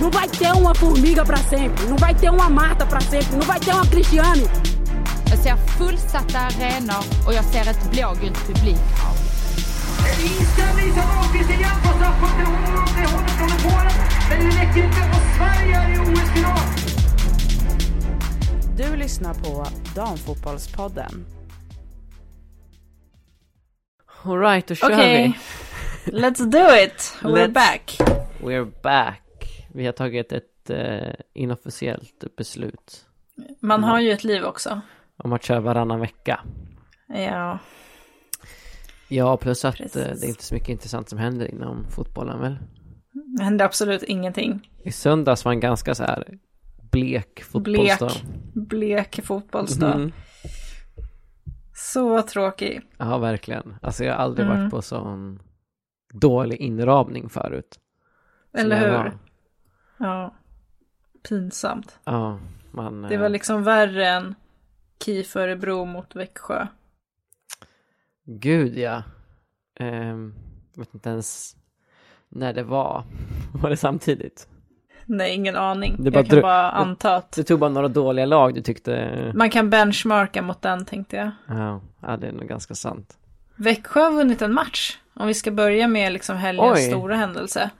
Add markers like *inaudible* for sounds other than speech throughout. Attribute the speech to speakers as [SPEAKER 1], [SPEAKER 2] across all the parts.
[SPEAKER 1] Não vai ter uma formiga para sempre, não vai ter uma Marta para sempre, não vai ter uma Cristiane.
[SPEAKER 2] Jag ser fullsatta arenor och jag ser ett blågult publikhav.
[SPEAKER 3] Inställning som Åkvist igen på straffpunkten. Hon håller hårt från Polen, men det räcker inte. Och Sverige är i OS-final.
[SPEAKER 4] Du lyssnar på Damfotbollspodden.
[SPEAKER 5] Alright, då kör
[SPEAKER 6] Okej. Let's do it! We're
[SPEAKER 5] Let's-
[SPEAKER 6] back!
[SPEAKER 5] vi. We're back. Vi har tagit ett eh, inofficiellt beslut
[SPEAKER 6] Man har ju ett liv också.
[SPEAKER 5] om att köra varannan vecka.
[SPEAKER 6] Ja,
[SPEAKER 5] Ja, plus att eh,
[SPEAKER 6] Precis.
[SPEAKER 5] det är inte så mycket intressant som händer inom fotbollen väl?
[SPEAKER 6] det händer absolut ingenting.
[SPEAKER 5] I söndags var en ganska så här blek
[SPEAKER 6] Blek,
[SPEAKER 5] fotbollsdag.
[SPEAKER 6] blek fotbollsdag.
[SPEAKER 5] Mm.
[SPEAKER 6] Så tråkig.
[SPEAKER 5] Ja, verkligen. Alltså jag har aldrig
[SPEAKER 6] Mm.
[SPEAKER 5] varit på sån dålig inramning förut. Som
[SPEAKER 6] Eller
[SPEAKER 5] jag
[SPEAKER 6] hur?
[SPEAKER 5] var.
[SPEAKER 6] Ja. Pinsamt.
[SPEAKER 5] Ja, man...
[SPEAKER 6] Det
[SPEAKER 5] eh,
[SPEAKER 6] var liksom värre än KIF Örebro mot Växjö.
[SPEAKER 5] Gud ja. Ehm, jag vet inte ens när det var. *laughs* Var det samtidigt?
[SPEAKER 6] Nej, ingen aning.
[SPEAKER 5] Det bara
[SPEAKER 6] jag kan
[SPEAKER 5] drö-
[SPEAKER 6] bara anta att
[SPEAKER 5] Du tog bara några dåliga lag du tyckte...
[SPEAKER 6] man kan benchmarka mot den tänkte jag.
[SPEAKER 5] Ja, ja det är nog ganska sant.
[SPEAKER 6] Växjö har vunnit en match. Om vi ska börja med liksom helgens
[SPEAKER 5] Oj.
[SPEAKER 6] stora händelse.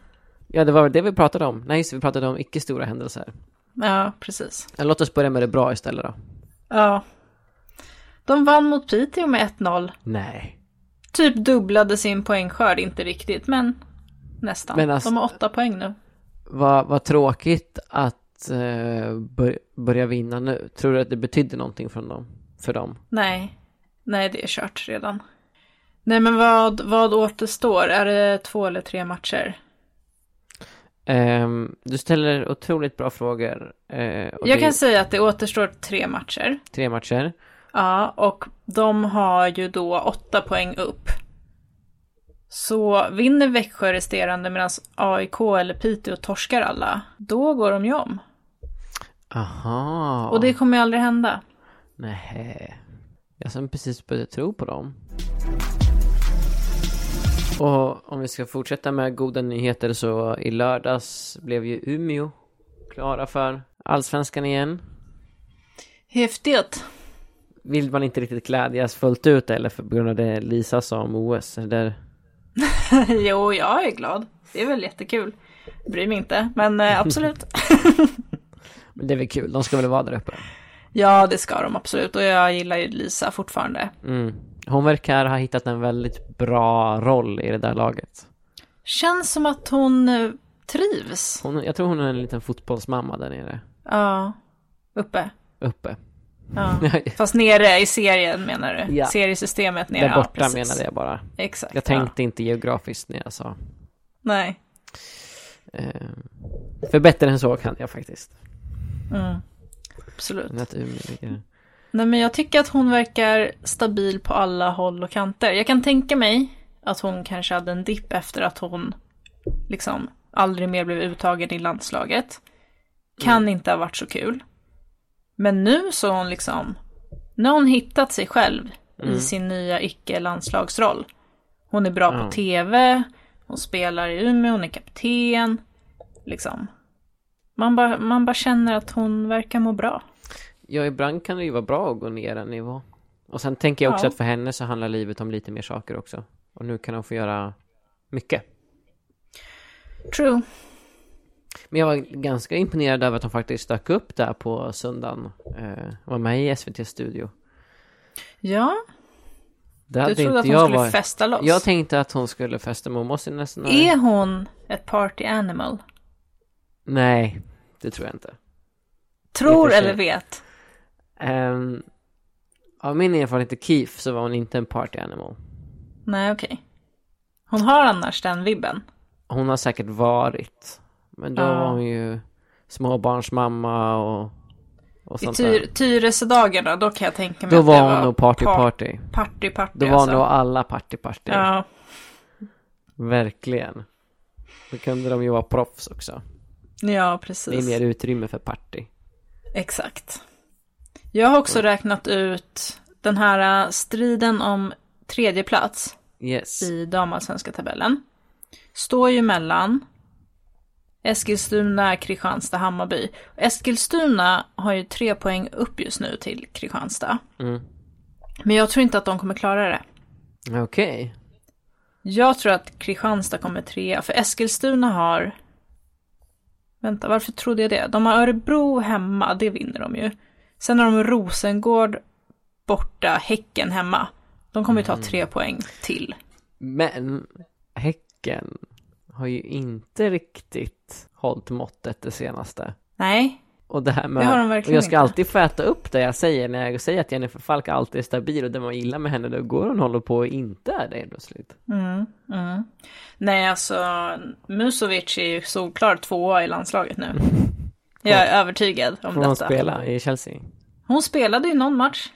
[SPEAKER 5] Ja, det var väl det vi pratade om. Nej, just det, vi pratade om icke stora händelser.
[SPEAKER 6] Ja, precis.
[SPEAKER 5] Ja, Låt oss börja med det bra istället då.
[SPEAKER 6] Ja. De vann mot Piteå med 1-0.
[SPEAKER 5] Nej.
[SPEAKER 6] Typ dubblade sin poängskörd, inte riktigt, men nästan.
[SPEAKER 5] Men alltså-
[SPEAKER 6] De har åtta poäng nu.
[SPEAKER 5] Vad vad tråkigt att eh, bör, börja vinna nu. Tror du att det betydde någonting från dem, för dem?
[SPEAKER 6] Nej, nej det är kört redan. Nej men vad, vad återstår? Är det två eller tre matcher?
[SPEAKER 5] Ehm, du ställer otroligt bra frågor. eh, och
[SPEAKER 6] Jag
[SPEAKER 5] det
[SPEAKER 6] kan
[SPEAKER 5] är
[SPEAKER 6] säga att det återstår tre matcher.
[SPEAKER 5] tre matcher.
[SPEAKER 6] Ja, och de har ju då åtta poäng upp. Så vinner Växjö resterande medan AIK eller Piteå torskar alla, då går de ju om.
[SPEAKER 5] Aha.
[SPEAKER 6] Och det kommer ju aldrig hända.
[SPEAKER 5] Nej. Jag som precis började tro på dem. Och om vi ska fortsätta med goda nyheter så i lördags blev ju Umeå klara för Allsvenskan igen.
[SPEAKER 6] Häftigt. *laughs*
[SPEAKER 5] Vill man inte riktigt glädjas fullt ut eller för på grund av det Lisa sa om OS? Eller?
[SPEAKER 6] jo, jag är glad. Det är väl jättekul. Bryr mig inte,
[SPEAKER 5] *laughs*
[SPEAKER 6] men eh, absolut.
[SPEAKER 5] Men det är väl kul, de ska väl vara där uppe.
[SPEAKER 6] Ja, det ska de absolut. Och jag gillar ju Lisa fortfarande.
[SPEAKER 5] Mm. Hon verkar ha hittat en väldigt bra roll i det där laget.
[SPEAKER 6] Känns som att hon eh, trivs.
[SPEAKER 5] Hon, jag tror hon är en liten fotbollsmamma där nere.
[SPEAKER 6] Ja, uppe.
[SPEAKER 5] Uppe. *laughs*
[SPEAKER 6] Ja. Fast nere i serien menar du?
[SPEAKER 5] Ja.
[SPEAKER 6] Seriesystemet nere.
[SPEAKER 5] där borta
[SPEAKER 6] ja, precis.
[SPEAKER 5] menade jag bara.
[SPEAKER 6] Exakt.
[SPEAKER 5] Jag tänkte inte geografiskt när jag sa.
[SPEAKER 6] Ja. Nej.
[SPEAKER 5] Eh, för bättre än så kan jag faktiskt.
[SPEAKER 6] Mm. Absolut.
[SPEAKER 5] Men att Umeå ligger...
[SPEAKER 6] Nej, men jag tycker att hon verkar stabil på alla håll och kanter. Jag kan tänka mig att hon kanske hade en dipp efter att hon liksom aldrig mer blev uttagen i landslaget. Kan inte ha varit så kul. Men nu så har hon liksom, nu har hon hittat sig själv i sin nya icke-landslagsroll. Hon är bra
[SPEAKER 5] Ja.
[SPEAKER 6] på tv, hon spelar i Umeå, hon är kapten. Liksom. Man bara, man bara känner att hon verkar må bra.
[SPEAKER 5] Ja, ibland kan det ju vara bra att gå ner en nivå. Och sen tänker jag också
[SPEAKER 6] Ja.
[SPEAKER 5] att för henne så handlar livet om lite mer saker också. Och nu kan hon få göra mycket.
[SPEAKER 6] True.
[SPEAKER 5] Men jag var ganska imponerad över att hon faktiskt dök upp där på söndagen. Eh, var med i SVT Studio.
[SPEAKER 6] Ja,
[SPEAKER 5] Det
[SPEAKER 6] Du
[SPEAKER 5] hade
[SPEAKER 6] trodde
[SPEAKER 5] inte
[SPEAKER 6] att hon
[SPEAKER 5] jag
[SPEAKER 6] skulle
[SPEAKER 5] varit-
[SPEAKER 6] festa E- loss?
[SPEAKER 5] Jag tänkte att hon skulle festa, men hon måste nästan...
[SPEAKER 6] Är hon ett party animal?
[SPEAKER 5] Nej, det tror jag inte.
[SPEAKER 6] Tror
[SPEAKER 5] för sig.
[SPEAKER 6] eller vet?
[SPEAKER 5] Ehm, av min erfarenhet i KIF så var hon inte en party animal.
[SPEAKER 6] Nej, okej. Hon har annars den vibben.
[SPEAKER 5] Hon har säkert varit. Men då
[SPEAKER 6] Ja.
[SPEAKER 5] var hon ju småbarnsmamma och, och
[SPEAKER 6] I
[SPEAKER 5] sånt
[SPEAKER 6] tyr,
[SPEAKER 5] där.
[SPEAKER 6] Tyresedagarna, då kan jag tänka mig
[SPEAKER 5] Då
[SPEAKER 6] att det
[SPEAKER 5] var hon nog party
[SPEAKER 6] par-
[SPEAKER 5] party.
[SPEAKER 6] Party party
[SPEAKER 5] Då var
[SPEAKER 6] alltså.
[SPEAKER 5] nog alla party party.
[SPEAKER 6] Ja,
[SPEAKER 5] Verkligen. Då kunde de ju vara proffs också.
[SPEAKER 6] ja
[SPEAKER 5] Det är
[SPEAKER 6] precis.
[SPEAKER 5] mer utrymme för party.
[SPEAKER 6] Exakt. Jag har också räknat ut den här äh, striden om tredje plats
[SPEAKER 5] Yes.
[SPEAKER 6] i damallsvenska tabellen. Står ju mellan Eskilstuna, Kristianstad, Hammarby. Eskilstuna har ju tre poäng upp just nu till Kristianstad.
[SPEAKER 5] Mm.
[SPEAKER 6] Men jag tror inte att de kommer klara det.
[SPEAKER 5] Okej.
[SPEAKER 6] Jag tror att Kristianstad kommer trea, för Eskilstuna har... Vänta, varför trodde jag det? De har Örebro hemma, det vinner de ju. Sen har de Rosengård borta, Häcken hemma. De kommer ju ta tre poäng till.
[SPEAKER 5] Men Häcken har ju inte riktigt hållit måttet det senaste.
[SPEAKER 6] Nej,
[SPEAKER 5] Och det här med...
[SPEAKER 6] Det har de verkligen
[SPEAKER 5] och jag ska
[SPEAKER 6] inte.
[SPEAKER 5] alltid få äta upp det jag säger när jag säger att Jennifer Falk alltid är stabil och det man gillar med henne, då går hon och håller på och inte är det plötsligt.
[SPEAKER 6] nej alltså Musovic är ju solklar tvåa i
[SPEAKER 5] *laughs*
[SPEAKER 6] landslaget nu. Jag är övertygad om
[SPEAKER 5] Får hon
[SPEAKER 6] detta.
[SPEAKER 5] spela i Chelsea?
[SPEAKER 6] Hon spelade ju någon match.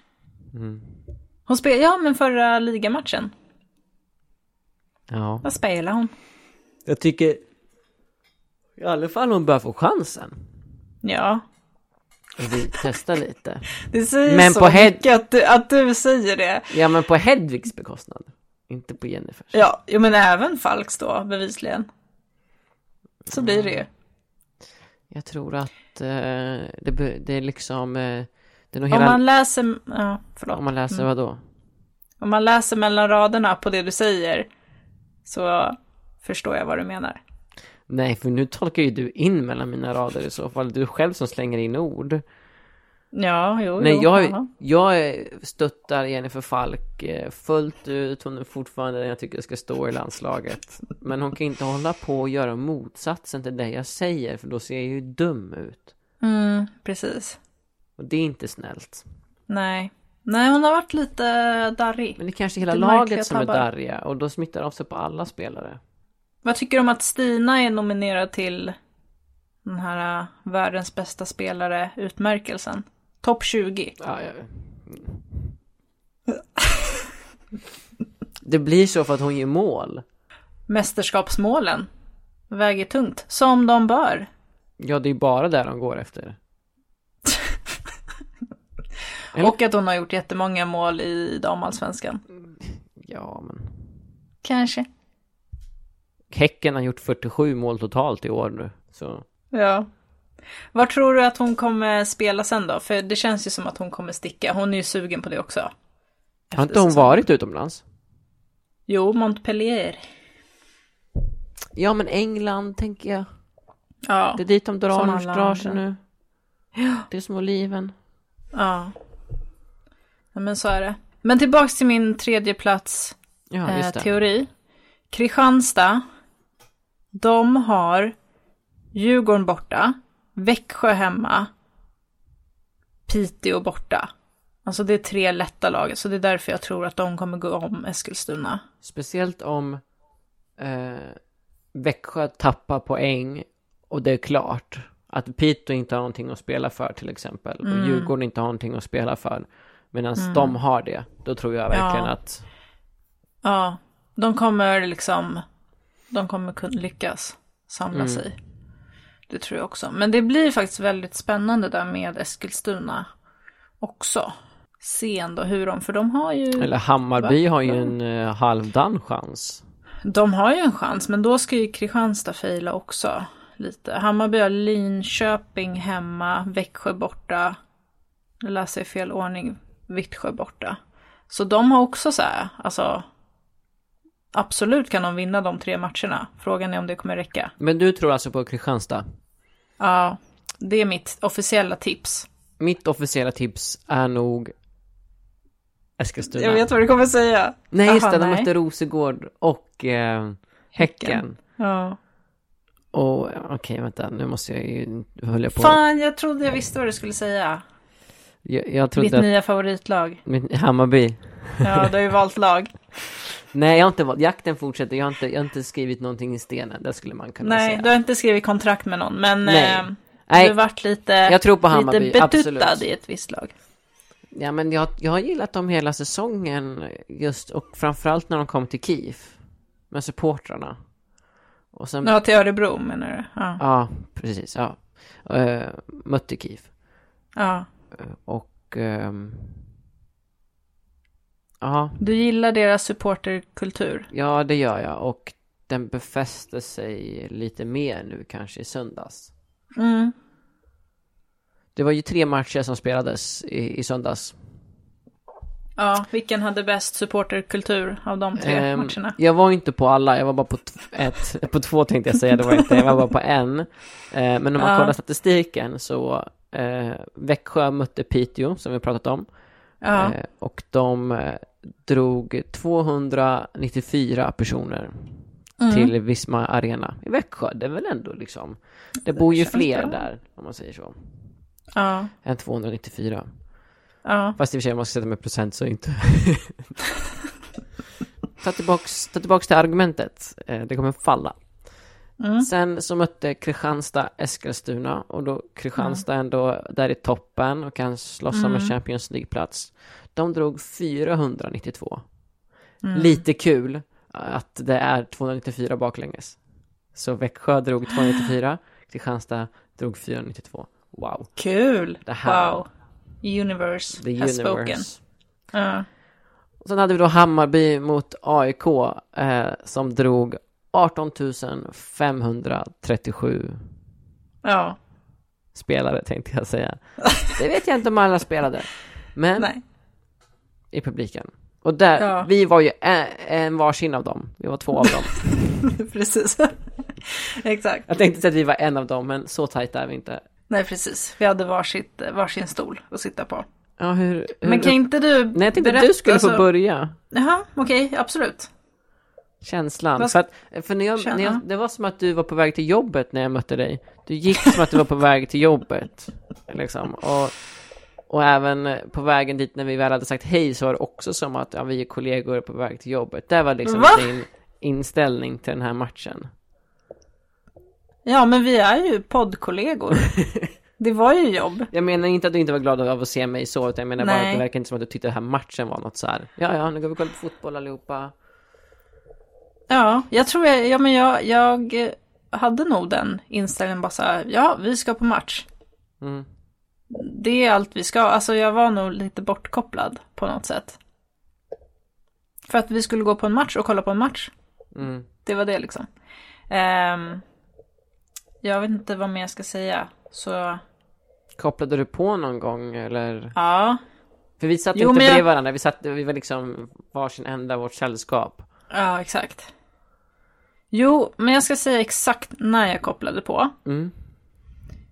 [SPEAKER 5] Mm.
[SPEAKER 6] Hon spelade, ja men förra ligamatchen.
[SPEAKER 5] Ja.
[SPEAKER 6] Vad spelade hon?
[SPEAKER 5] Jag tycker i alla fall hon bör få chansen.
[SPEAKER 6] Ja,
[SPEAKER 5] Och
[SPEAKER 6] *laughs*
[SPEAKER 5] vi testar lite.
[SPEAKER 6] Det säger
[SPEAKER 5] Men
[SPEAKER 6] så
[SPEAKER 5] på head-
[SPEAKER 6] mycket att du, att du säger det.
[SPEAKER 5] Ja men på Hedvigs bekostnad. Inte på Jennifers.
[SPEAKER 6] Ja, jo, men även Falks då, bevisligen. Så
[SPEAKER 5] Mm.
[SPEAKER 6] blir det ju.
[SPEAKER 5] Jag tror att eh, det, be- det är liksom, eh, det är nog
[SPEAKER 6] Om
[SPEAKER 5] hela...
[SPEAKER 6] man Mm. läser, ja, förlåt.
[SPEAKER 5] Om man läser vad då?
[SPEAKER 6] Om man läser mellan raderna på det du säger så förstår jag vad du menar.
[SPEAKER 5] Nej, för nu tolkar ju du in mellan mina rader i så fall. Du är själv som slänger in ord.
[SPEAKER 6] Ja, jo,
[SPEAKER 5] Nej,
[SPEAKER 6] jo,
[SPEAKER 5] jag,
[SPEAKER 6] ja.
[SPEAKER 5] jag stöttar Jennifer Falk eh, fullt ut. Hon är fortfarande den jag tycker ska stå i landslaget. Men hon kan inte hålla på och göra motsatsen till det jag säger, för då ser jag ju dum ut.
[SPEAKER 6] Mm, precis.
[SPEAKER 5] Och det är inte snällt.
[SPEAKER 6] Nej. Nej, hon har varit lite darrig.
[SPEAKER 5] Men det är kanske hela
[SPEAKER 6] Det är märkliga
[SPEAKER 5] laget som är
[SPEAKER 6] tabbar.
[SPEAKER 5] darriga och då smittar av sig på alla spelare.
[SPEAKER 6] Vad tycker du om att Stina är nominerad till den här äh, världens bästa spelare-utmärkelsen? Topp 20.
[SPEAKER 5] Ja, jag... Det blir så för att hon gör mål.
[SPEAKER 6] mästerskapsmålen väger tungt, som de bör.
[SPEAKER 5] Ja, det är ju bara där de går efter. Eller-
[SPEAKER 6] Och att hon har gjort jättemånga mål i damallsvenskan.
[SPEAKER 5] Ja, men...
[SPEAKER 6] Kanske.
[SPEAKER 5] Häcken har gjort 47 mål totalt i år nu. Så
[SPEAKER 6] Ja. Vad tror du att hon kommer spela sen då? För det känns ju som att hon kommer sticka. Hon är ju sugen på det också.
[SPEAKER 5] har inte hon
[SPEAKER 6] säsongen.
[SPEAKER 5] varit utomlands?
[SPEAKER 6] Jo, Montpellier.
[SPEAKER 5] Ja, men England tänker jag.
[SPEAKER 6] Ja.
[SPEAKER 5] Det är dit de
[SPEAKER 6] Som
[SPEAKER 5] drar,
[SPEAKER 6] alla
[SPEAKER 5] drar sig
[SPEAKER 6] andra.
[SPEAKER 5] nu. Det är som oliven.
[SPEAKER 6] ja. ja. Men så är det. Men tillbaks till min tredje plats
[SPEAKER 5] Ja,
[SPEAKER 6] eh,
[SPEAKER 5] just det.
[SPEAKER 6] teori. Kristianstad, de har Djurgården borta, Växjö hemma, Piteå borta. Alltså det är tre lätta lag, så det är därför jag tror att de kommer gå om Eskilstuna.
[SPEAKER 5] Speciellt om eh, Växjö tappar poäng och det är klart att Piteå inte har någonting att spela för till exempel
[SPEAKER 6] Mm.
[SPEAKER 5] och Djurgården inte har någonting att spela för medan de har det, då tror jag verkligen
[SPEAKER 6] Ja.
[SPEAKER 5] att
[SPEAKER 6] Ja, de kommer liksom, de kommer kunna lyckas samla sig. Det tror jag också. Men det blir faktiskt väldigt spännande där med Eskilstuna också. Sen då, hur de, för de har ju...
[SPEAKER 5] eller Hammarby har ju en eh, halvdan chans.
[SPEAKER 6] De har ju en chans, men då ska ju Kristianstad fejla också. Lite. Hammarby har Linköping hemma, Växjö borta. Nu läser jag i fel ordning. Vittsjö borta. Så de har också så här, alltså. Absolut kan de vinna de tre matcherna. Frågan är om det kommer räcka.
[SPEAKER 5] Men du tror alltså på Kristianstad?
[SPEAKER 6] Ja, det är mitt officiella tips.
[SPEAKER 5] Mitt officiella tips är nog Eskilstuna.
[SPEAKER 6] Jag vet vad du kommer säga.
[SPEAKER 5] Nej just
[SPEAKER 6] Jaha,
[SPEAKER 5] det, de
[SPEAKER 6] nej.
[SPEAKER 5] mötte Rosengård och eh, häcken.
[SPEAKER 6] Ja.
[SPEAKER 5] Och okej vänta, nu måste jag ju, höll jag på.
[SPEAKER 6] Fan, jag trodde jag visste vad du skulle säga.
[SPEAKER 5] Jag, jag
[SPEAKER 6] Mitt
[SPEAKER 5] trodde att,
[SPEAKER 6] nya favoritlag.
[SPEAKER 5] mitt, Hammarby.
[SPEAKER 6] Ja, du har ju valt *laughs* lag.
[SPEAKER 5] Nej jag har inte valt, jakten fortsätter, jag har inte, jag har inte skrivit någonting i stenen, det skulle man kunna
[SPEAKER 6] Nej,
[SPEAKER 5] säga.
[SPEAKER 6] du har inte skrivit kontrakt med någon, men
[SPEAKER 5] Nej.
[SPEAKER 6] eh,
[SPEAKER 5] Nej.
[SPEAKER 6] du varit lite,
[SPEAKER 5] Jag tror på Hammarby,
[SPEAKER 6] lite betuttad
[SPEAKER 5] absolut.
[SPEAKER 6] i ett visst lag.
[SPEAKER 5] Ja men jag, jag har gillat dem hela säsongen just, och framförallt när de kom till Kiev. Med supportrarna. Och sen
[SPEAKER 6] Ja, till Örebro menar du? Ja.
[SPEAKER 5] Ja, precis. Ja. Uh, mötte Kiev.
[SPEAKER 6] ja.
[SPEAKER 5] Och... ehm, Ja,
[SPEAKER 6] Du gillar deras supporterkultur?
[SPEAKER 5] ja, det gör jag. Och den befäste sig lite mer nu kanske i söndags.
[SPEAKER 6] Mm.
[SPEAKER 5] Det var ju tre matcher som spelades i, i söndags.
[SPEAKER 6] Ja, vilken hade bäst supporterkultur av de tre
[SPEAKER 5] Ehm,
[SPEAKER 6] matcherna?
[SPEAKER 5] Jag var inte på alla, jag var bara på, t- ett, på två tänkte jag säga, det var jag inte, jag var bara på en. Eh, men om man
[SPEAKER 6] Ja.
[SPEAKER 5] kollar statistiken så eh, Växjö mötte Piteå som vi pratat om.
[SPEAKER 6] Ja.
[SPEAKER 5] Eh, och de eh, drog 294 personer
[SPEAKER 6] Mm.
[SPEAKER 5] till Visma Arena i Växjö. Det är väl ändå liksom, det bor ju
[SPEAKER 6] känns
[SPEAKER 5] fler
[SPEAKER 6] bra.
[SPEAKER 5] där om man säger så,
[SPEAKER 6] ja,
[SPEAKER 5] än 294.
[SPEAKER 6] ja.
[SPEAKER 5] Fast i och för sig, om man ska sätta med procent så
[SPEAKER 6] *laughs*
[SPEAKER 5] inte. ta, tillbaks, ta tillbaks till argumentet. Eh, Det kommer falla.
[SPEAKER 6] Mm.
[SPEAKER 5] Sen så mötte Kristianstad Eskilstuna och då Kristianstad
[SPEAKER 6] Mm.
[SPEAKER 5] ändå där i toppen och kan slåss om en Champions League-plats. De drog 492.
[SPEAKER 6] Mm.
[SPEAKER 5] Lite kul att det är 294 baklänges. Så Växjö drog 294, Kristianstad drog 492. Wow.
[SPEAKER 6] Kul!
[SPEAKER 5] Det här-
[SPEAKER 6] Wow. Universe
[SPEAKER 5] The
[SPEAKER 6] has spoken.
[SPEAKER 5] universe.
[SPEAKER 6] Ja.
[SPEAKER 5] Och Sen hade vi då Hammarby mot AIK eh, som drog 18 537
[SPEAKER 6] ja.
[SPEAKER 5] spelare tänkte jag
[SPEAKER 6] *laughs*
[SPEAKER 5] säga. Det vet jag inte om alla spelade. Men
[SPEAKER 6] Nej.
[SPEAKER 5] i publiken. Och där,
[SPEAKER 6] Ja.
[SPEAKER 5] vi var ju en, en varsin av dem. Vi var två av
[SPEAKER 6] *laughs*
[SPEAKER 5] dem.
[SPEAKER 6] precis. Exakt.
[SPEAKER 5] Jag tänkte säga att vi var en av dem, men så tajt är vi inte.
[SPEAKER 6] Nej, precis. Vi hade varsitt, varsin stol att sitta på.
[SPEAKER 5] Ja, hur, hur,
[SPEAKER 6] Men kan inte du alltså-
[SPEAKER 5] Nej, jag tänkte att du skulle få börja.
[SPEAKER 6] Jaha, okej, absolut.
[SPEAKER 5] Känslan.
[SPEAKER 6] Vad-
[SPEAKER 5] För att, för när jag,
[SPEAKER 6] Känna.
[SPEAKER 5] när jag, det var som att du var på väg till jobbet när jag mötte dig. Du gick som att du var på väg till jobbet. Liksom. Och, och även på vägen dit när vi väl hade sagt hej så var det också som att ja, vi är kollegor på väg till jobbet. Det var liksom
[SPEAKER 6] Va?
[SPEAKER 5] din inställning till den här matchen.
[SPEAKER 6] Ja, men vi är ju poddkollegor. det var ju jobb.
[SPEAKER 5] Jag menar inte att du inte var glad av att se mig så, utan jag menar bara att
[SPEAKER 6] Nej.
[SPEAKER 5] det verkar inte som att du tyckte den här matchen var något så här. Ja, ja, nu går vi och kollar på fotboll allihopa.
[SPEAKER 6] Ja, jag tror jag, ja men jag, jag eh, hade nog den inställningen bara så här, ja, vi ska på match.
[SPEAKER 5] Mm.
[SPEAKER 6] Det är allt vi ska, alltså jag var nog lite bortkopplad på något sätt. För att vi skulle gå på en match och kolla på en match.
[SPEAKER 5] Mm.
[SPEAKER 6] Det var det liksom. Ehm, jag vet inte vad mer jag ska säga, så
[SPEAKER 5] Kopplade du på någon gång eller?
[SPEAKER 6] ja.
[SPEAKER 5] För vi satt
[SPEAKER 6] Jo,
[SPEAKER 5] inte
[SPEAKER 6] men jag-
[SPEAKER 5] bredvid varandra, vi, satt, vi var liksom varsin ända av vårt sällskap.
[SPEAKER 6] Ja, exakt. Jo, men jag ska säga exakt när jag kopplade på.
[SPEAKER 5] Mm.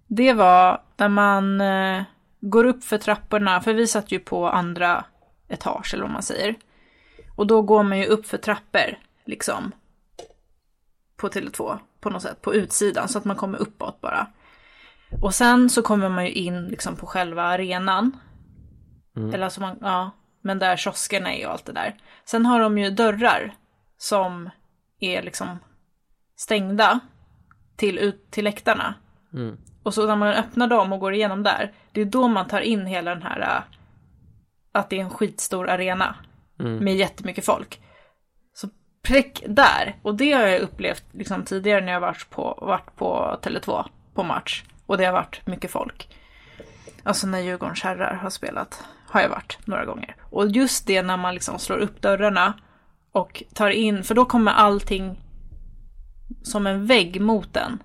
[SPEAKER 6] Det var när man eh, går upp för trapporna, för vi satt ju på andra etage eller vad man säger. Och då går man ju upp för trappor, liksom. På Tele2, på något sätt, på utsidan, så att man kommer uppåt bara. Och sen så kommer man ju in liksom på själva arenan. Eller alltså man, ja, men där kioskerna är och allt det där. Sen har de ju dörrar som är liksom stängda till, ut, till läktarna. Och så när man öppnar dem och går igenom där, det är då man tar in hela den här, äh, att det är en skitstor arena med jättemycket folk. Så prick där, och det har jag upplevt liksom tidigare när jag varit på, varit på Tele2 på match. Och det har varit mycket folk. Alltså när Djurgårdens herrar har spelat, har jag varit några gånger. Och just det när man liksom slår upp dörrarna och tar in, för då kommer allting som en vägg mot den.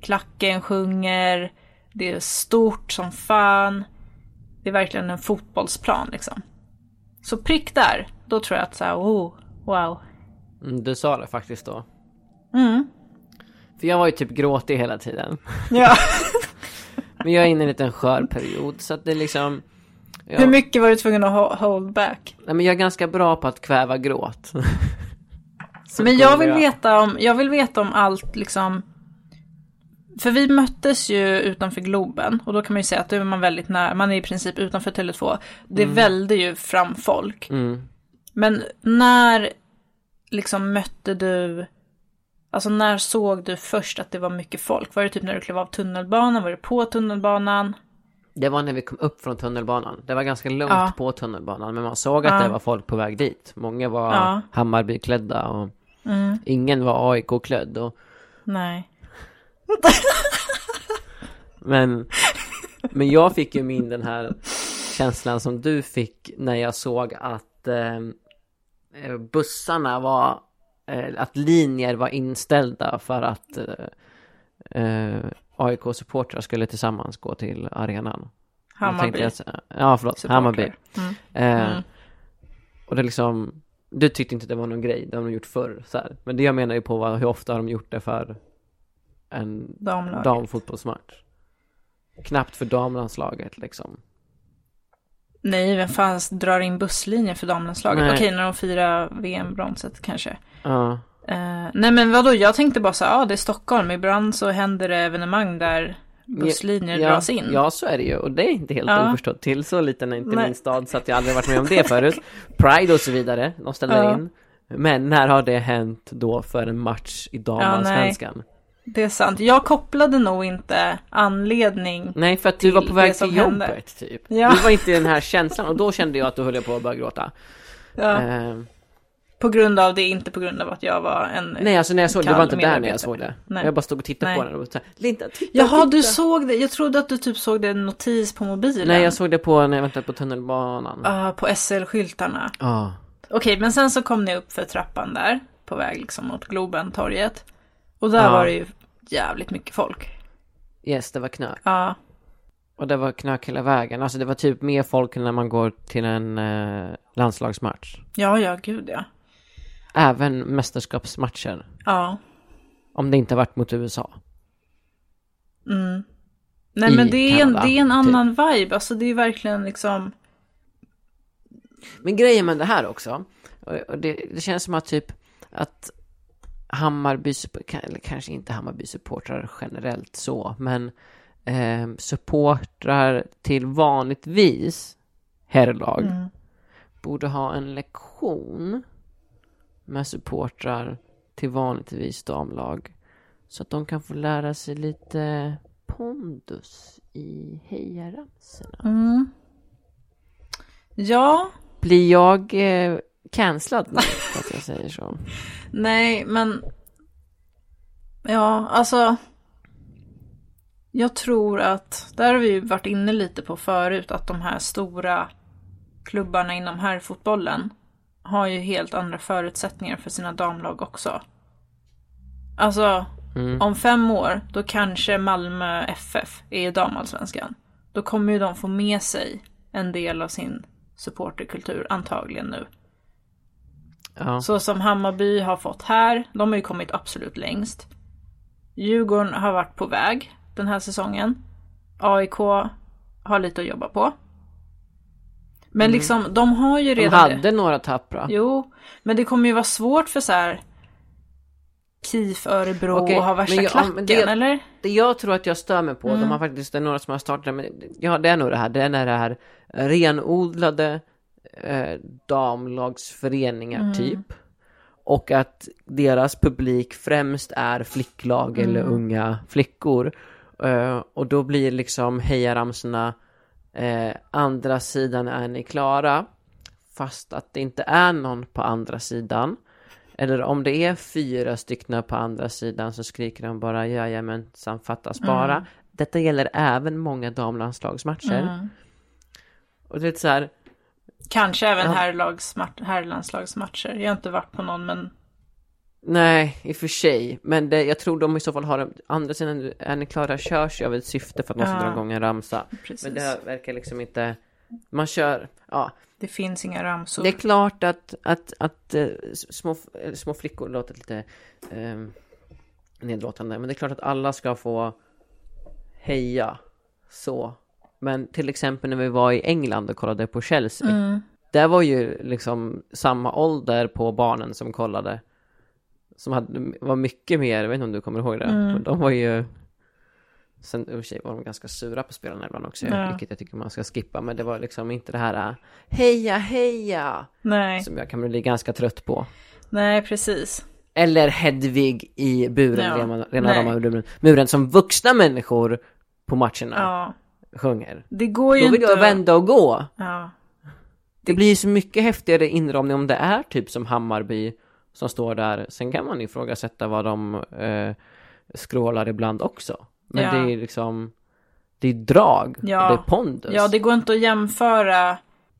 [SPEAKER 6] Klacken sjunger, det är stort som fan. Det är verkligen en fotbollsplan liksom. Så prick där, då tror jag att så här, oh, wow.
[SPEAKER 5] Mm, Du sa det faktiskt då.
[SPEAKER 6] Mm.
[SPEAKER 5] För jag var ju typ gråtig hela tiden.
[SPEAKER 6] Ja.
[SPEAKER 5] Men jag är inne i en liten skör period, så att det är liksom... Ja.
[SPEAKER 6] Hur mycket var du tvungen att ho- hold back?
[SPEAKER 5] Nej, men jag är ganska bra på att kväva gråt. Så
[SPEAKER 6] *laughs* Men
[SPEAKER 5] det
[SPEAKER 6] jag
[SPEAKER 5] kommer
[SPEAKER 6] vill, veta om, jag vill veta om allt liksom. För vi möttes ju utanför Globen och då kan man ju säga att då är man väldigt nära, man är i princip utanför Tele2. Det välde ju fram folk.
[SPEAKER 5] Mm.
[SPEAKER 6] Men när liksom mötte du, alltså när såg du först att det var mycket folk? Var det typ när du klev av tunnelbanan, var det på tunnelbanan?
[SPEAKER 5] Det var när vi kom upp från tunnelbanan. Det var ganska lugnt
[SPEAKER 6] Ja.
[SPEAKER 5] på tunnelbanan, men man såg att
[SPEAKER 6] Ja.
[SPEAKER 5] det var folk på väg dit. Många var
[SPEAKER 6] Ja.
[SPEAKER 5] Hammarbyklädda och ingen var AIK-klädd. Och...
[SPEAKER 6] Nej.
[SPEAKER 5] Men, men jag fick ju min den här känslan som du fick när jag såg att eh, ehm, bussarna var eh, att linjer var inställda för att eh, eh, AIK-supportrar skulle tillsammans gå till arenan. Då tänkte
[SPEAKER 6] Hammarby.
[SPEAKER 5] Jag, så- ja, förlåt,
[SPEAKER 6] supportrar.
[SPEAKER 5] Hammarby.
[SPEAKER 6] Mm.
[SPEAKER 5] Eh,
[SPEAKER 6] Mm.
[SPEAKER 5] Och det är liksom, du tyckte inte det var någon grej, det har de gjort förr. Så här. Men det jag menar ju på var hur ofta har de gjort det för en
[SPEAKER 6] Damlag.
[SPEAKER 5] damfotbollsmatch. Knappt för damlandslaget liksom.
[SPEAKER 6] Nej, vem fan drar in busslinjer för damlandslaget?
[SPEAKER 5] Nej.
[SPEAKER 6] Okej, när de firar VM-bronset kanske.
[SPEAKER 5] Ja,
[SPEAKER 6] Eh, nej men vadå, jag tänkte bara så här, ja det är Stockholm, ibland så händer det evenemang där busslinjer
[SPEAKER 5] ja,
[SPEAKER 6] dras in.
[SPEAKER 5] ja, så är det ju. Och det är inte helt
[SPEAKER 6] Ja.
[SPEAKER 5] oförstått till. Så liten är inte
[SPEAKER 6] Nej.
[SPEAKER 5] min stad så att jag aldrig varit med om det förut. Pride och så vidare, de ställer
[SPEAKER 6] Ja.
[SPEAKER 5] in. Men när har det hänt då för en match i damallsvenskan?
[SPEAKER 6] Det är sant, jag kopplade nog inte anledning.
[SPEAKER 5] Nej, för att du var på
[SPEAKER 6] det
[SPEAKER 5] väg
[SPEAKER 6] som
[SPEAKER 5] till
[SPEAKER 6] hände.
[SPEAKER 5] jobbet typ.
[SPEAKER 6] Ja.
[SPEAKER 5] Du var inte i den här känslan och då kände jag att du höll på att börja gråta.
[SPEAKER 6] Ja,
[SPEAKER 5] Eh,
[SPEAKER 6] På grund av det, inte på grund av att jag var en...
[SPEAKER 5] nej, alltså när jag såg det, det var
[SPEAKER 6] Kall
[SPEAKER 5] inte där när
[SPEAKER 6] medarbetare.
[SPEAKER 5] jag såg det.
[SPEAKER 6] Nej.
[SPEAKER 5] Jag bara stod och tittade
[SPEAKER 6] Nej.
[SPEAKER 5] på den och så här, Linda, titta,
[SPEAKER 6] Jaha,
[SPEAKER 5] titta.
[SPEAKER 6] du såg det, jag trodde att du typ såg det en notis på mobilen.
[SPEAKER 5] Nej, jag såg det på när jag väntade på tunnelbanan. Ja.
[SPEAKER 6] Ah, på SL-skyltarna. Okej, men sen så kom ni upp för trappan där, på väg liksom mot Globentorget. Och där
[SPEAKER 5] Ja.
[SPEAKER 6] var det ju jävligt mycket folk.
[SPEAKER 5] Yes, det var knök.
[SPEAKER 6] Ja,
[SPEAKER 5] Och det var knök hela vägen. Alltså det var typ mer folk än när man går till en eh, landslagsmatch.
[SPEAKER 6] ja, ja, gud ja.
[SPEAKER 5] Även mästerskapsmatcher.
[SPEAKER 6] Ja,
[SPEAKER 5] Om det inte varit mot USA.
[SPEAKER 6] mm. Nej
[SPEAKER 5] I
[SPEAKER 6] men det är, en,
[SPEAKER 5] Kanada,
[SPEAKER 6] det är en
[SPEAKER 5] typ.
[SPEAKER 6] annan vibe, alltså det är verkligen liksom,
[SPEAKER 5] Men grejen med det här också, och och det, det känns som att typ att Hammarby, supp- ka- eller kanske inte Hammarby supportrar generellt så, men eh, supportrar till vanligtvis herrlag
[SPEAKER 6] Mm.
[SPEAKER 5] borde ha en lektion med supportrar till vanligtvis damlag så att de kan få lära sig lite pondus i hejaramsorna.
[SPEAKER 6] mm. ja,
[SPEAKER 5] Blir jag eh, cancellad nu för att jag säger så?
[SPEAKER 6] nej men, ja alltså, jag tror att, där har vi ju varit inne lite på förut, att de här stora klubbarna inom herrfotbollen har ju helt andra förutsättningar för sina damlag också. Alltså,
[SPEAKER 5] Mm.
[SPEAKER 6] Om fem år, då kanske Malmö FF är i damallsvenskan. Då kommer ju de få med sig en del av sin supporterkultur, antagligen nu.
[SPEAKER 5] Ja.
[SPEAKER 6] Så som Hammarby har fått här, de har ju kommit absolut längst. Djurgården har varit på väg den här säsongen. AIK har lite att jobba på. Men liksom, de har ju
[SPEAKER 5] Mm. De
[SPEAKER 6] redan det.
[SPEAKER 5] hade några tappra.
[SPEAKER 6] Jo, men det kommer ju vara svårt för så här KIF Örebro
[SPEAKER 5] Okej,
[SPEAKER 6] att ha värsta
[SPEAKER 5] men jag-
[SPEAKER 6] klacken,
[SPEAKER 5] men det-
[SPEAKER 6] eller?
[SPEAKER 5] Det jag tror att jag stör mig på, de har faktiskt, det är några som har startat, men ja, det är nog det här, det är när det här renodlade eh, damlagsföreningar typ. Och att deras publik främst är flicklag eller unga flickor. Eh, och då blir liksom hejaramsorna eh, andra sidan är ni klara. Fast att det inte är någon på andra sidan. Eller om det är fyra stycken på andra sidan så skriker de bara jajamensan fattas bara. Detta gäller även många damlandslagsmatcher. Och det är lite så här,
[SPEAKER 6] Kanske även
[SPEAKER 5] Ja.
[SPEAKER 6] herrlagsma- herrlandslagsmatcher. Jag har inte varit på någon men
[SPEAKER 5] nej i och för sig. Men det, jag tror de i så fall har, andra sidan är ni klara körs ju av ett syfte för att man ska
[SPEAKER 6] Ja.
[SPEAKER 5] dra igång en ramsa.
[SPEAKER 6] precis.
[SPEAKER 5] Men det
[SPEAKER 6] det...
[SPEAKER 5] här verkar liksom inte, man kör, ja.
[SPEAKER 6] finns inga ramsor.
[SPEAKER 5] Det är klart att, att, att eh, s- små, eh, små flickor låter lite eh, nedlåtande, men det är klart att alla ska få heja så. Men till exempel när vi var i England och kollade på Chelsea,
[SPEAKER 6] Mm.
[SPEAKER 5] där var ju liksom samma ålder på barnen som kollade, som hade, var mycket mer, jag vet inte om du kommer ihåg det,
[SPEAKER 6] Mm.
[SPEAKER 5] men de var ju Sen i och för sig var de ganska sura på spelarna ibland också,
[SPEAKER 6] Ja.
[SPEAKER 5] vilket jag tycker man ska skippa. Men det var liksom inte det här äh, heja heja
[SPEAKER 6] Nej,
[SPEAKER 5] som jag kan bli ganska trött på.
[SPEAKER 6] nej precis.
[SPEAKER 5] Eller Hedvig i buren,
[SPEAKER 6] Ja.
[SPEAKER 5] rena, rena
[SPEAKER 6] Nej.
[SPEAKER 5] rama ur buren, muren som vuxna människor på matcherna
[SPEAKER 6] Ja,
[SPEAKER 5] sjunger.
[SPEAKER 6] det går ju
[SPEAKER 5] Då vill
[SPEAKER 6] inte.
[SPEAKER 5] jag vända och gå.
[SPEAKER 6] Ja.
[SPEAKER 5] Det blir ju så mycket häftigare inramning om det är typ som Hammarby som står där. Sen kan man ifrågasätta vad de eh, skrålar ibland också. Men
[SPEAKER 6] Ja.
[SPEAKER 5] det är ju liksom, det är drag,
[SPEAKER 6] Ja.
[SPEAKER 5] och det är pondus.
[SPEAKER 6] ja, det går inte att jämföra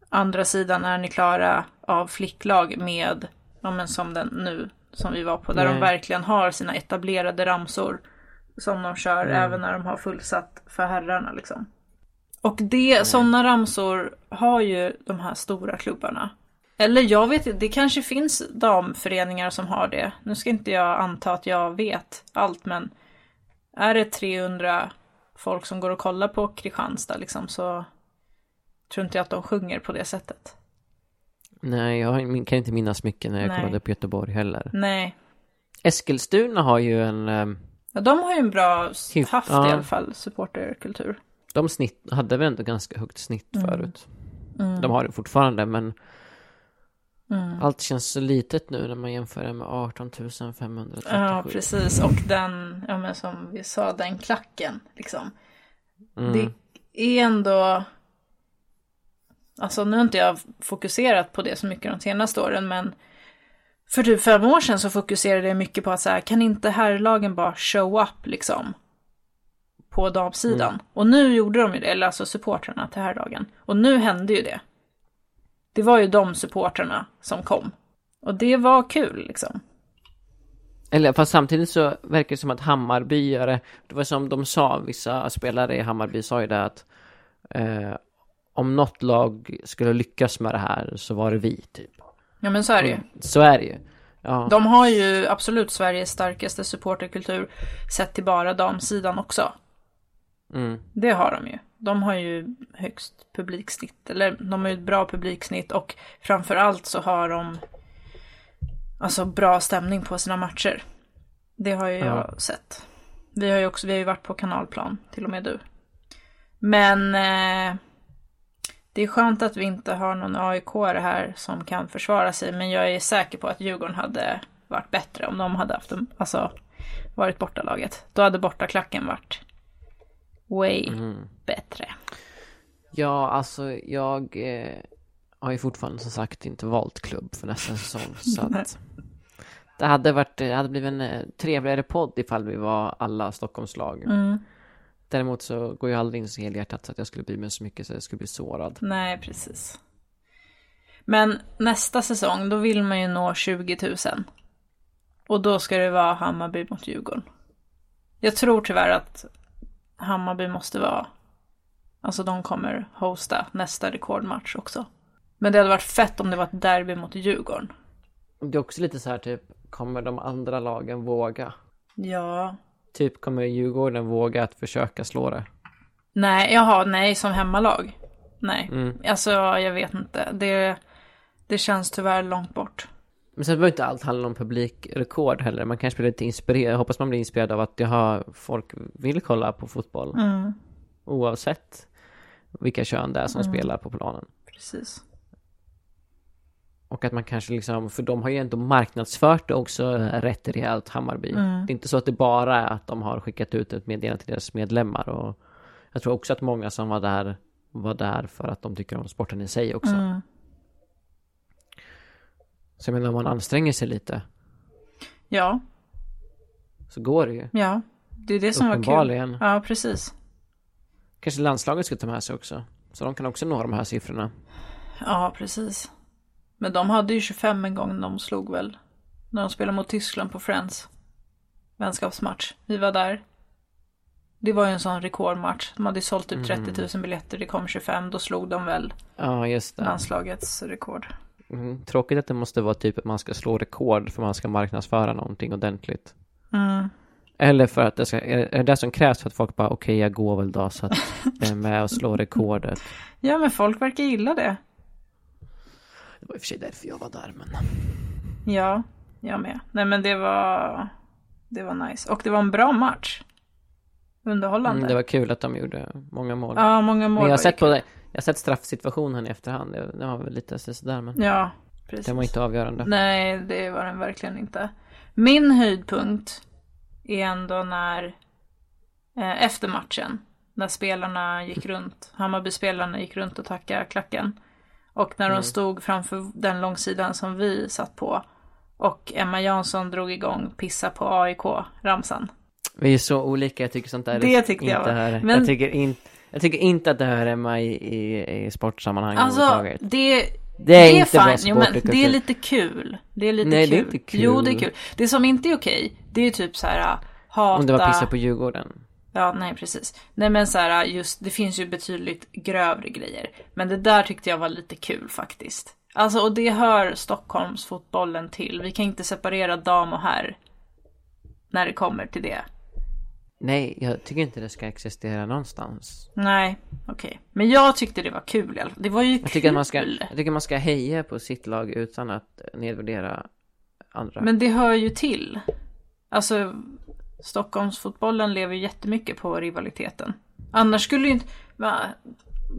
[SPEAKER 6] andra sidan är ni klara av flicklag med, ja men som den nu som vi var på. Där de
[SPEAKER 5] Nej.
[SPEAKER 6] verkligen har sina etablerade ramsor. Som de kör
[SPEAKER 5] Mm.
[SPEAKER 6] även när de har fullsatt för herrarna liksom. Och
[SPEAKER 5] Mm.
[SPEAKER 6] det, sådana ramsor har ju de här stora klubbarna. Eller jag vet inte, det kanske finns damföreningar som har det. Nu ska inte jag anta att jag vet allt men är det 300 folk som går och kollar på Kristianstad liksom så tror inte jag att de sjunger på det sättet.
[SPEAKER 5] Nej, jag har- kan inte minnas mycket när jag
[SPEAKER 6] Nej.
[SPEAKER 5] kollade på Göteborg heller.
[SPEAKER 6] Nej,
[SPEAKER 5] Eskilstuna har ju en... ehm,
[SPEAKER 6] ja, de har ju en bra s-
[SPEAKER 5] Hyf-
[SPEAKER 6] haft
[SPEAKER 5] Typ, ja.
[SPEAKER 6] i alla fall supporterkultur.
[SPEAKER 5] De snitt, hade väl ändå ganska högt snitt
[SPEAKER 6] Mm.
[SPEAKER 5] förut. De har det fortfarande men
[SPEAKER 6] Mm.
[SPEAKER 5] allt känns så litet nu när man jämför det med 18 537.
[SPEAKER 6] Ja, precis. Och den, ja men som vi sa, den klacken liksom. Det är ändå... Alltså nu har inte jag fokuserat på det så mycket de senaste åren men för typ fem år sedan så fokuserade jag mycket på att så här, kan inte herrlagen bara show up liksom? På damsidan. Och nu gjorde de ju det, eller alltså supportrarna till herrlagen. Och nu hände ju det. Det var ju de supportrarna som kom. Och det var kul liksom.
[SPEAKER 5] Eller fast samtidigt så verkar det som att Hammarbyare, det var som de sa, vissa spelare i Hammarby sa ju det att eh, om något lag skulle lyckas med det här så var det vi typ.
[SPEAKER 6] Ja men så är det ju.
[SPEAKER 5] Så är det ju. Ja,
[SPEAKER 6] De har ju absolut Sveriges starkaste supporterkultur sett till bara damsidan också.
[SPEAKER 5] mm.
[SPEAKER 6] Det har de ju. De har ju högst publiksnitt, eller de har ju ett bra publiksnitt och framförallt så har de alltså bra stämning på sina matcher. Det har ju
[SPEAKER 5] Ja.
[SPEAKER 6] jag sett. Vi har ju också, vi har ju varit på kanalplan, till och med du. Men eh, det är skönt att vi inte har någon aik här som kan försvara sig, men jag är säker på att Djurgården hade varit bättre om de hade haft, en- alltså varit bortalaget. Då hade bortaklacken varit way
[SPEAKER 5] Mm.
[SPEAKER 6] bättre.
[SPEAKER 5] ja alltså jag eh, har ju fortfarande som sagt inte valt klubb för nästa *laughs* säsong. så att det hade, varit, det hade blivit en eh, trevligare podd ifall vi var alla Stockholmslag.
[SPEAKER 6] Mm.
[SPEAKER 5] Däremot så går jag aldrig in så helhjärtat så att jag skulle bry mig så mycket så jag skulle bli sårad.
[SPEAKER 6] Nej, precis. Men nästa säsong, då vill man ju nå 20 000. Och då ska det vara Hammarby mot Djurgården. Jag tror tyvärr att Hammarby måste vara... Alltså de kommer hosta nästa rekordmatch också. Men det hade varit fett om det var ett derby mot Djurgården.
[SPEAKER 5] Det är också lite så här typ, kommer de andra lagen våga?
[SPEAKER 6] Ja.
[SPEAKER 5] Typ kommer Djurgården våga att försöka slå det?
[SPEAKER 6] Nej, jaha, nej, som hemmalag. Nej,
[SPEAKER 5] Mm. alltså,
[SPEAKER 6] alltså jag vet inte. Det, det känns tyvärr långt bort.
[SPEAKER 5] Men sen behöver inte allt handla om publikrekord heller. Man kanske blir lite inspirerad, jag hoppas man blir inspirerad av att jaha, folk vill kolla på fotboll. Oavsett vilka kön det är som spelar på planen.
[SPEAKER 6] Precis.
[SPEAKER 5] Och att man kanske liksom, för de har ju ändå marknadsfört det också rätt rejält, Hammarby. Det är inte så att det bara är att de har skickat ut ett meddelande till deras medlemmar. Och jag tror också att många som var där var där för att de tycker om sporten i sig också. Så jag menar, om man anstränger sig lite
[SPEAKER 6] Ja,
[SPEAKER 5] så går det ju.
[SPEAKER 6] Ja, det är det som var kul.
[SPEAKER 5] Uppenbarligen.
[SPEAKER 6] Ja, precis.
[SPEAKER 5] Kanske landslaget ska ta med sig också. Så de kan också nå de här siffrorna.
[SPEAKER 6] Ja, precis. Men de hade ju 25 en gång de slog väl. När de spelade mot Tyskland på Friends. Vänskapsmatch. Vi var där. Det var ju en sån rekordmatch. De hade ju sålt
[SPEAKER 5] Mm.
[SPEAKER 6] typ 30 000 biljetter, det kom 25. Då slog de väl
[SPEAKER 5] Ja, just det.
[SPEAKER 6] landslagets rekord.
[SPEAKER 5] Mm, tråkigt att det måste vara typ att man ska slå rekord för man ska marknadsföra någonting ordentligt.
[SPEAKER 6] Mm.
[SPEAKER 5] Eller för att det ska, är är det det som krävs för att folk bara okej jag går väl då så
[SPEAKER 6] *laughs*
[SPEAKER 5] att jag är med och slår rekordet.
[SPEAKER 6] Ja, men folk verkar gilla det.
[SPEAKER 5] Det var i och för sig därför jag var där men.
[SPEAKER 6] Ja, jag med. Nej, men det var... Det var nice. Och det var en bra match. Underhållande.
[SPEAKER 5] Mm, det var kul att de gjorde många mål.
[SPEAKER 6] Ja, många mål.
[SPEAKER 5] men jag har
[SPEAKER 6] var ju
[SPEAKER 5] sett på det, jag har sett straffsituationen i efterhand. Det det var väl lite sådär men.
[SPEAKER 6] Ja, precis.
[SPEAKER 5] Den var inte avgörande.
[SPEAKER 6] Nej, det var den verkligen inte. Min höjdpunkt är ändå när, eh, efter matchen, när spelarna gick runt, Hammarbyspelarna gick runt och tackade klacken. Och när
[SPEAKER 5] Mm.
[SPEAKER 6] de stod framför den långsidan som vi satt på och Emma Jansson drog igång Pissa på AIK-ramsan.
[SPEAKER 5] Vi är så olika, jag tycker sånt där
[SPEAKER 6] Det
[SPEAKER 5] är
[SPEAKER 6] tyckte
[SPEAKER 5] inte
[SPEAKER 6] jag var-
[SPEAKER 5] hör,
[SPEAKER 6] men-
[SPEAKER 5] jag, tycker in, jag tycker inte att det hör hemma i, i, i sportsammanhang
[SPEAKER 6] Alltså,
[SPEAKER 5] överhuvudtaget.
[SPEAKER 6] det,
[SPEAKER 5] Det är, inte
[SPEAKER 6] fine.
[SPEAKER 5] bra
[SPEAKER 6] Jo, men
[SPEAKER 5] supporterkultur.
[SPEAKER 6] Det är lite kul. Det är lite
[SPEAKER 5] Nej,
[SPEAKER 6] kul.
[SPEAKER 5] det är inte kul.
[SPEAKER 6] Jo, det är kul. Det som inte är okej, det är ju typ så här äh, hata...
[SPEAKER 5] Om det var pissa på Djurgården.
[SPEAKER 6] Ja, nej precis. Nej men så här, just, det finns ju betydligt grövre grejer. Men det där tyckte jag var lite kul faktiskt. Alltså, och det hör Stockholmsfotbollen till. Vi kan inte separera dam och herr. När det kommer till det.
[SPEAKER 5] Nej, jag tycker inte det ska existera någonstans.
[SPEAKER 6] Nej, okej. Men jag tyckte det var kul i alla fall. Det var ju
[SPEAKER 5] Jag
[SPEAKER 6] kul.
[SPEAKER 5] tycker, att man ska, jag tycker man ska heja på sitt lag utan att nedvärdera andra.
[SPEAKER 6] Men det hör ju till. Alltså, Stockholmsfotbollen lever ju jättemycket på rivaliteten. Annars skulle ju inte... Va?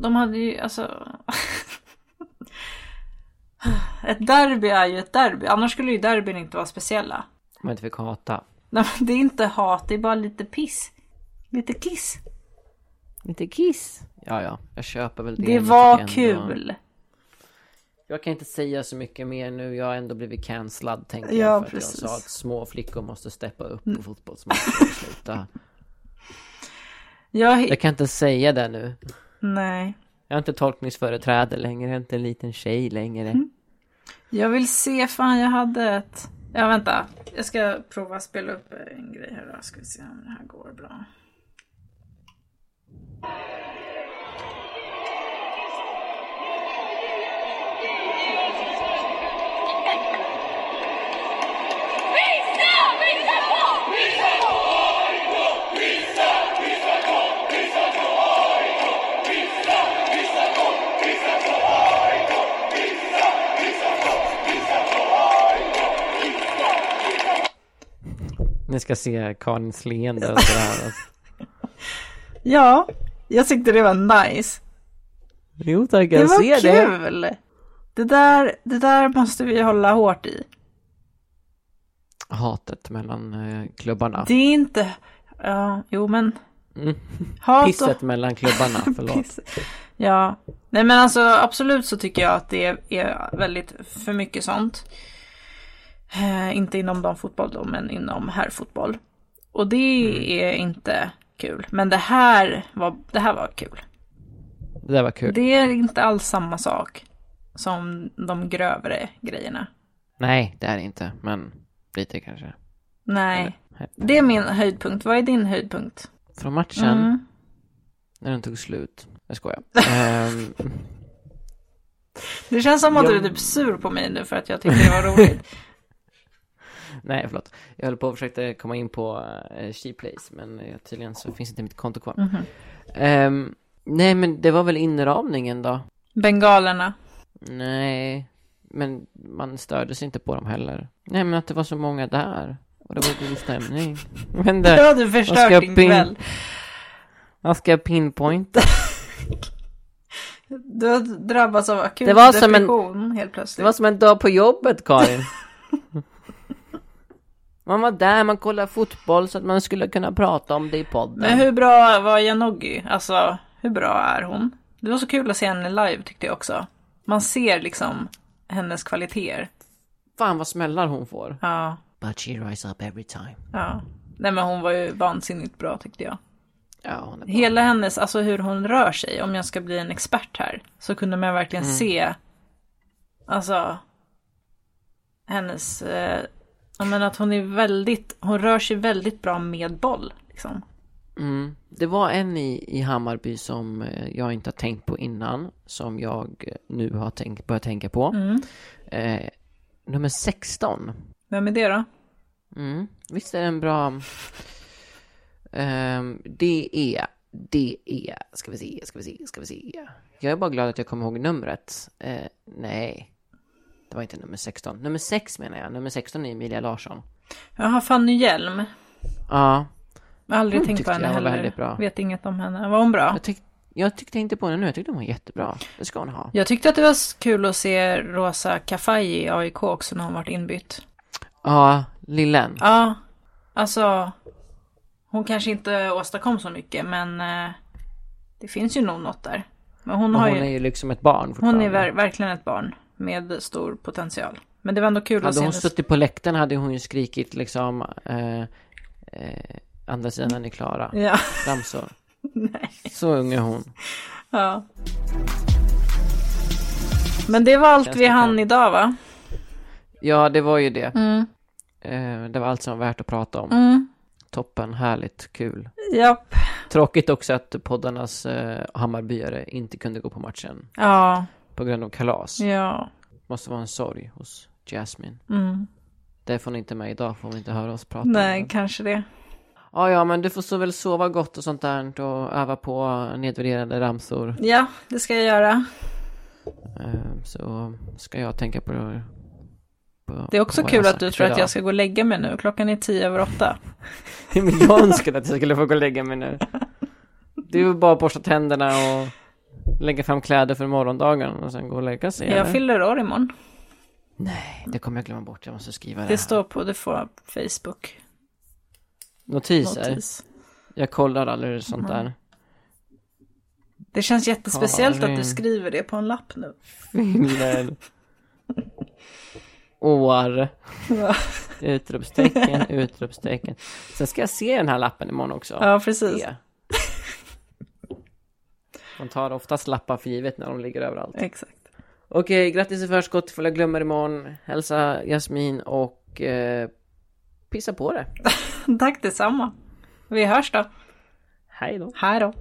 [SPEAKER 6] De hade ju, alltså... *laughs* ett derby är ju ett derby. Annars skulle ju derbyn inte vara speciella.
[SPEAKER 5] Man inte fick hata.
[SPEAKER 6] Nej, men det är inte hat, det är bara lite piss. Lite kiss.
[SPEAKER 4] Lite kiss.
[SPEAKER 5] Ja, ja, jag köper väl det.
[SPEAKER 6] Det
[SPEAKER 5] men
[SPEAKER 6] var
[SPEAKER 5] jag tycker ändå-
[SPEAKER 6] kul.
[SPEAKER 5] Jag kan inte säga så mycket mer nu. Jag har ändå blivit cancellad, tänker
[SPEAKER 6] Ja,
[SPEAKER 5] jag. För
[SPEAKER 6] precis. Mm.
[SPEAKER 5] att jag sa att små flickor måste steppa upp på fotbollsmatcher och
[SPEAKER 6] *laughs*
[SPEAKER 5] sluta.
[SPEAKER 6] Jag...
[SPEAKER 5] Jag kan inte säga det nu.
[SPEAKER 6] Nej.
[SPEAKER 5] Jag har inte tolkningsföreträde längre. Jag är inte en liten tjej längre.
[SPEAKER 6] Mm. Jag vill se, fan jag hade ett... Ja vänta, jag ska prova att spela upp en grej här då. Ska vi se om det här går bra.
[SPEAKER 5] Ni ska se Karins leende
[SPEAKER 6] *laughs*
[SPEAKER 5] och sådär.
[SPEAKER 6] Ja, jag tyckte det var nice.
[SPEAKER 5] Jo tack,
[SPEAKER 6] Det
[SPEAKER 5] jag
[SPEAKER 6] var
[SPEAKER 5] ser det.
[SPEAKER 6] kul! Det. där, det där måste vi hålla hårt i.
[SPEAKER 5] Hatet mellan eh, klubbarna.
[SPEAKER 6] Det är inte... Ja, jo men...
[SPEAKER 5] Mm.
[SPEAKER 6] *laughs* Hat och-
[SPEAKER 5] Pisset mellan
[SPEAKER 6] *laughs*
[SPEAKER 5] klubbarna, förlåt.
[SPEAKER 6] alltså- Piss. Ja. Nej men alltså absolut så tycker jag att det är väldigt för mycket sånt. Eh, inte inom damfotboll då, men inom herrfotboll. Och det
[SPEAKER 5] Mm.
[SPEAKER 6] är inte kul. Men det här var, det här var kul.
[SPEAKER 5] Det där var kul.
[SPEAKER 6] Det är inte alls samma sak som de grövre grejerna.
[SPEAKER 5] Nej, det är det inte. Men lite kanske.
[SPEAKER 6] Nej.
[SPEAKER 5] Nej.
[SPEAKER 6] Det är min höjdpunkt. Vad är din höjdpunkt?
[SPEAKER 5] Från matchen.
[SPEAKER 6] Mm.
[SPEAKER 5] När den tog slut. Jag
[SPEAKER 6] *laughs*
[SPEAKER 5] skojar. Ehm,
[SPEAKER 6] Det känns som att du är
[SPEAKER 5] Jag-
[SPEAKER 6] typ sur på mig nu för att jag tyckte det
[SPEAKER 5] *laughs*
[SPEAKER 6] var roligt.
[SPEAKER 5] nej, förlåt. Jag höll på och försökte komma in på eh, Sheplays, men eh, tydligen så finns inte mitt konto kvar.
[SPEAKER 6] Mhm.
[SPEAKER 5] Ehm, nej, men det var väl inramningen då?
[SPEAKER 6] Bengalerna.
[SPEAKER 5] Nej, men man störde sig inte på dem heller. Nej, men att det var så många där. Och det var god stämning. Men
[SPEAKER 6] *laughs* Då
[SPEAKER 5] det,
[SPEAKER 6] har du
[SPEAKER 5] Vad
[SPEAKER 6] förstört
[SPEAKER 5] ska
[SPEAKER 6] din
[SPEAKER 5] pin-
[SPEAKER 6] kväll.
[SPEAKER 5] vad ska jag pinpointa?
[SPEAKER 6] Du har drabbats av akut
[SPEAKER 5] Det var som en-
[SPEAKER 6] depression helt plötsligt.
[SPEAKER 5] Det var som en dag på jobbet, Karin. *laughs* Man var där, man kollade fotboll så att man skulle kunna prata om det i podden.
[SPEAKER 6] Men hur bra var Janogy? Alltså, hur bra är hon? Det var så kul att se henne live tyckte jag också. Man ser liksom hennes kvaliteter.
[SPEAKER 5] Fan vad smällar hon får.
[SPEAKER 6] Ja,
[SPEAKER 5] But she rise up every time.
[SPEAKER 6] ja. Nej men hon var ju vansinnigt bra tyckte jag.
[SPEAKER 5] Ja, hon är bra.
[SPEAKER 6] Hela hennes, alltså hur hon rör sig, om jag ska bli en expert här, så kunde man verkligen
[SPEAKER 5] Mm.
[SPEAKER 6] se, alltså, hennes, eh, jag menar att hon är väldigt, hon rör sig väldigt bra med boll. Liksom.
[SPEAKER 5] Mm. Det var en i, i Hammarby som eh, jag inte har tänkt på innan. Som jag eh, nu har tänkt, börjat tänka på. Eh, nummer 16.
[SPEAKER 6] Vem är det då?
[SPEAKER 5] Mm. Visst är det en bra... Ehm, det är... Det är... Ska vi se, ska vi se, ska vi se. Jag är bara glad att jag kommer ihåg numret. Eh, nej. Det var inte nummer 16. Nummer 6 menar jag. Nummer 16 är Emilia Larsson.
[SPEAKER 6] Jaha, Fanny Hjelm.
[SPEAKER 5] Ja.
[SPEAKER 6] Jag har aldrig
[SPEAKER 5] Hon
[SPEAKER 6] tänkt på
[SPEAKER 5] Mm, tyckte
[SPEAKER 6] henne
[SPEAKER 5] jag var
[SPEAKER 6] heller.
[SPEAKER 5] väldigt bra.
[SPEAKER 6] Vet inget om henne. Var hon bra?
[SPEAKER 5] Jag, tyck, jag tyckte inte på henne nu. Jag tyckte hon var jättebra. Det ska hon ha.
[SPEAKER 6] Jag tyckte att det var s- kul att se Rosa Kafaji i AIK också när hon vart inbytt.
[SPEAKER 5] Ja, lillen.
[SPEAKER 6] Ja, alltså. Hon kanske inte åstadkom så mycket men eh, det finns ju nog något där. Men hon,
[SPEAKER 5] Men
[SPEAKER 6] har
[SPEAKER 5] hon
[SPEAKER 6] ju,
[SPEAKER 5] är ju liksom ett barn
[SPEAKER 6] hon
[SPEAKER 5] fortfarande.
[SPEAKER 6] är ver- verkligen ett barn med stor potential. Men det var ändå kul att
[SPEAKER 5] Hade
[SPEAKER 6] se
[SPEAKER 5] hon
[SPEAKER 6] hennes...
[SPEAKER 5] suttit på läktaren hade hon ju skrikit liksom... Eh, eh, andra sidan är Klara.
[SPEAKER 6] Ja, *laughs*
[SPEAKER 5] Ramsor. Så ung är hon.
[SPEAKER 6] ja. Men det var allt
[SPEAKER 5] Känns
[SPEAKER 6] vi
[SPEAKER 5] det
[SPEAKER 6] hann
[SPEAKER 5] kul?
[SPEAKER 6] idag va?
[SPEAKER 5] Ja, det var ju det.
[SPEAKER 6] Mm.
[SPEAKER 5] Eh, det var allt som var värt att prata om.
[SPEAKER 6] Mm.
[SPEAKER 5] Toppen, härligt, kul.
[SPEAKER 6] Japp.
[SPEAKER 5] Tråkigt också att poddarnas eh, Hammarbyare inte kunde gå på matchen
[SPEAKER 6] Ja,
[SPEAKER 5] på grund av kalas.
[SPEAKER 6] ja.
[SPEAKER 5] Måste vara en sorg hos Jasmine.
[SPEAKER 6] Mm.
[SPEAKER 5] Det får ni inte med idag, får vi inte höra oss prata om
[SPEAKER 6] Nej,
[SPEAKER 5] det.
[SPEAKER 6] kanske det.
[SPEAKER 5] Ja, ja, men du får så väl sova gott och sånt där och öva på nedvärderande ramsor.
[SPEAKER 6] Ja, det ska jag göra.
[SPEAKER 5] Eh, så ska jag tänka på det. på-
[SPEAKER 6] Det är
[SPEAKER 5] på
[SPEAKER 6] också
[SPEAKER 5] vad
[SPEAKER 6] kul
[SPEAKER 5] jag
[SPEAKER 6] att du
[SPEAKER 5] sagt
[SPEAKER 6] tror att
[SPEAKER 5] idag.
[SPEAKER 6] jag ska gå och lägga mig nu. Klockan är tio över åtta.
[SPEAKER 5] Men jag önskade att jag skulle få gå och lägga mig nu. Du vill bara borsta tänderna och lägga fram kläder för morgondagen och sen gå och lägga sig.
[SPEAKER 6] Jag
[SPEAKER 5] eller?
[SPEAKER 6] fyller år imorgon.
[SPEAKER 5] Nej, det kommer jag glömma bort. Jag måste skriva det. här.
[SPEAKER 6] Det står på, du får Facebook.
[SPEAKER 5] Notiser.
[SPEAKER 6] Notis.
[SPEAKER 5] Jag kollar
[SPEAKER 6] Mm.
[SPEAKER 5] aldrig sånt där.
[SPEAKER 6] Det känns jättespeciellt att
[SPEAKER 5] Karin.
[SPEAKER 6] du skriver det på en lapp nu.
[SPEAKER 5] Fyller. År.
[SPEAKER 6] Ja,
[SPEAKER 5] Utropstecken, utropstecken. Sen ska jag se den här lappen imorgon också.
[SPEAKER 6] ja precis.
[SPEAKER 5] Se. Man tar oftast lappar för givet när de ligger överallt.
[SPEAKER 6] Exakt. *laughs*
[SPEAKER 5] Okej, grattis i förskott ifall jag glömmer imorgon. Hälsa Jasmin och eh, pissa på det.
[SPEAKER 6] Tack detsamma. Vi hörs då.
[SPEAKER 5] Hej då.
[SPEAKER 6] Hej då.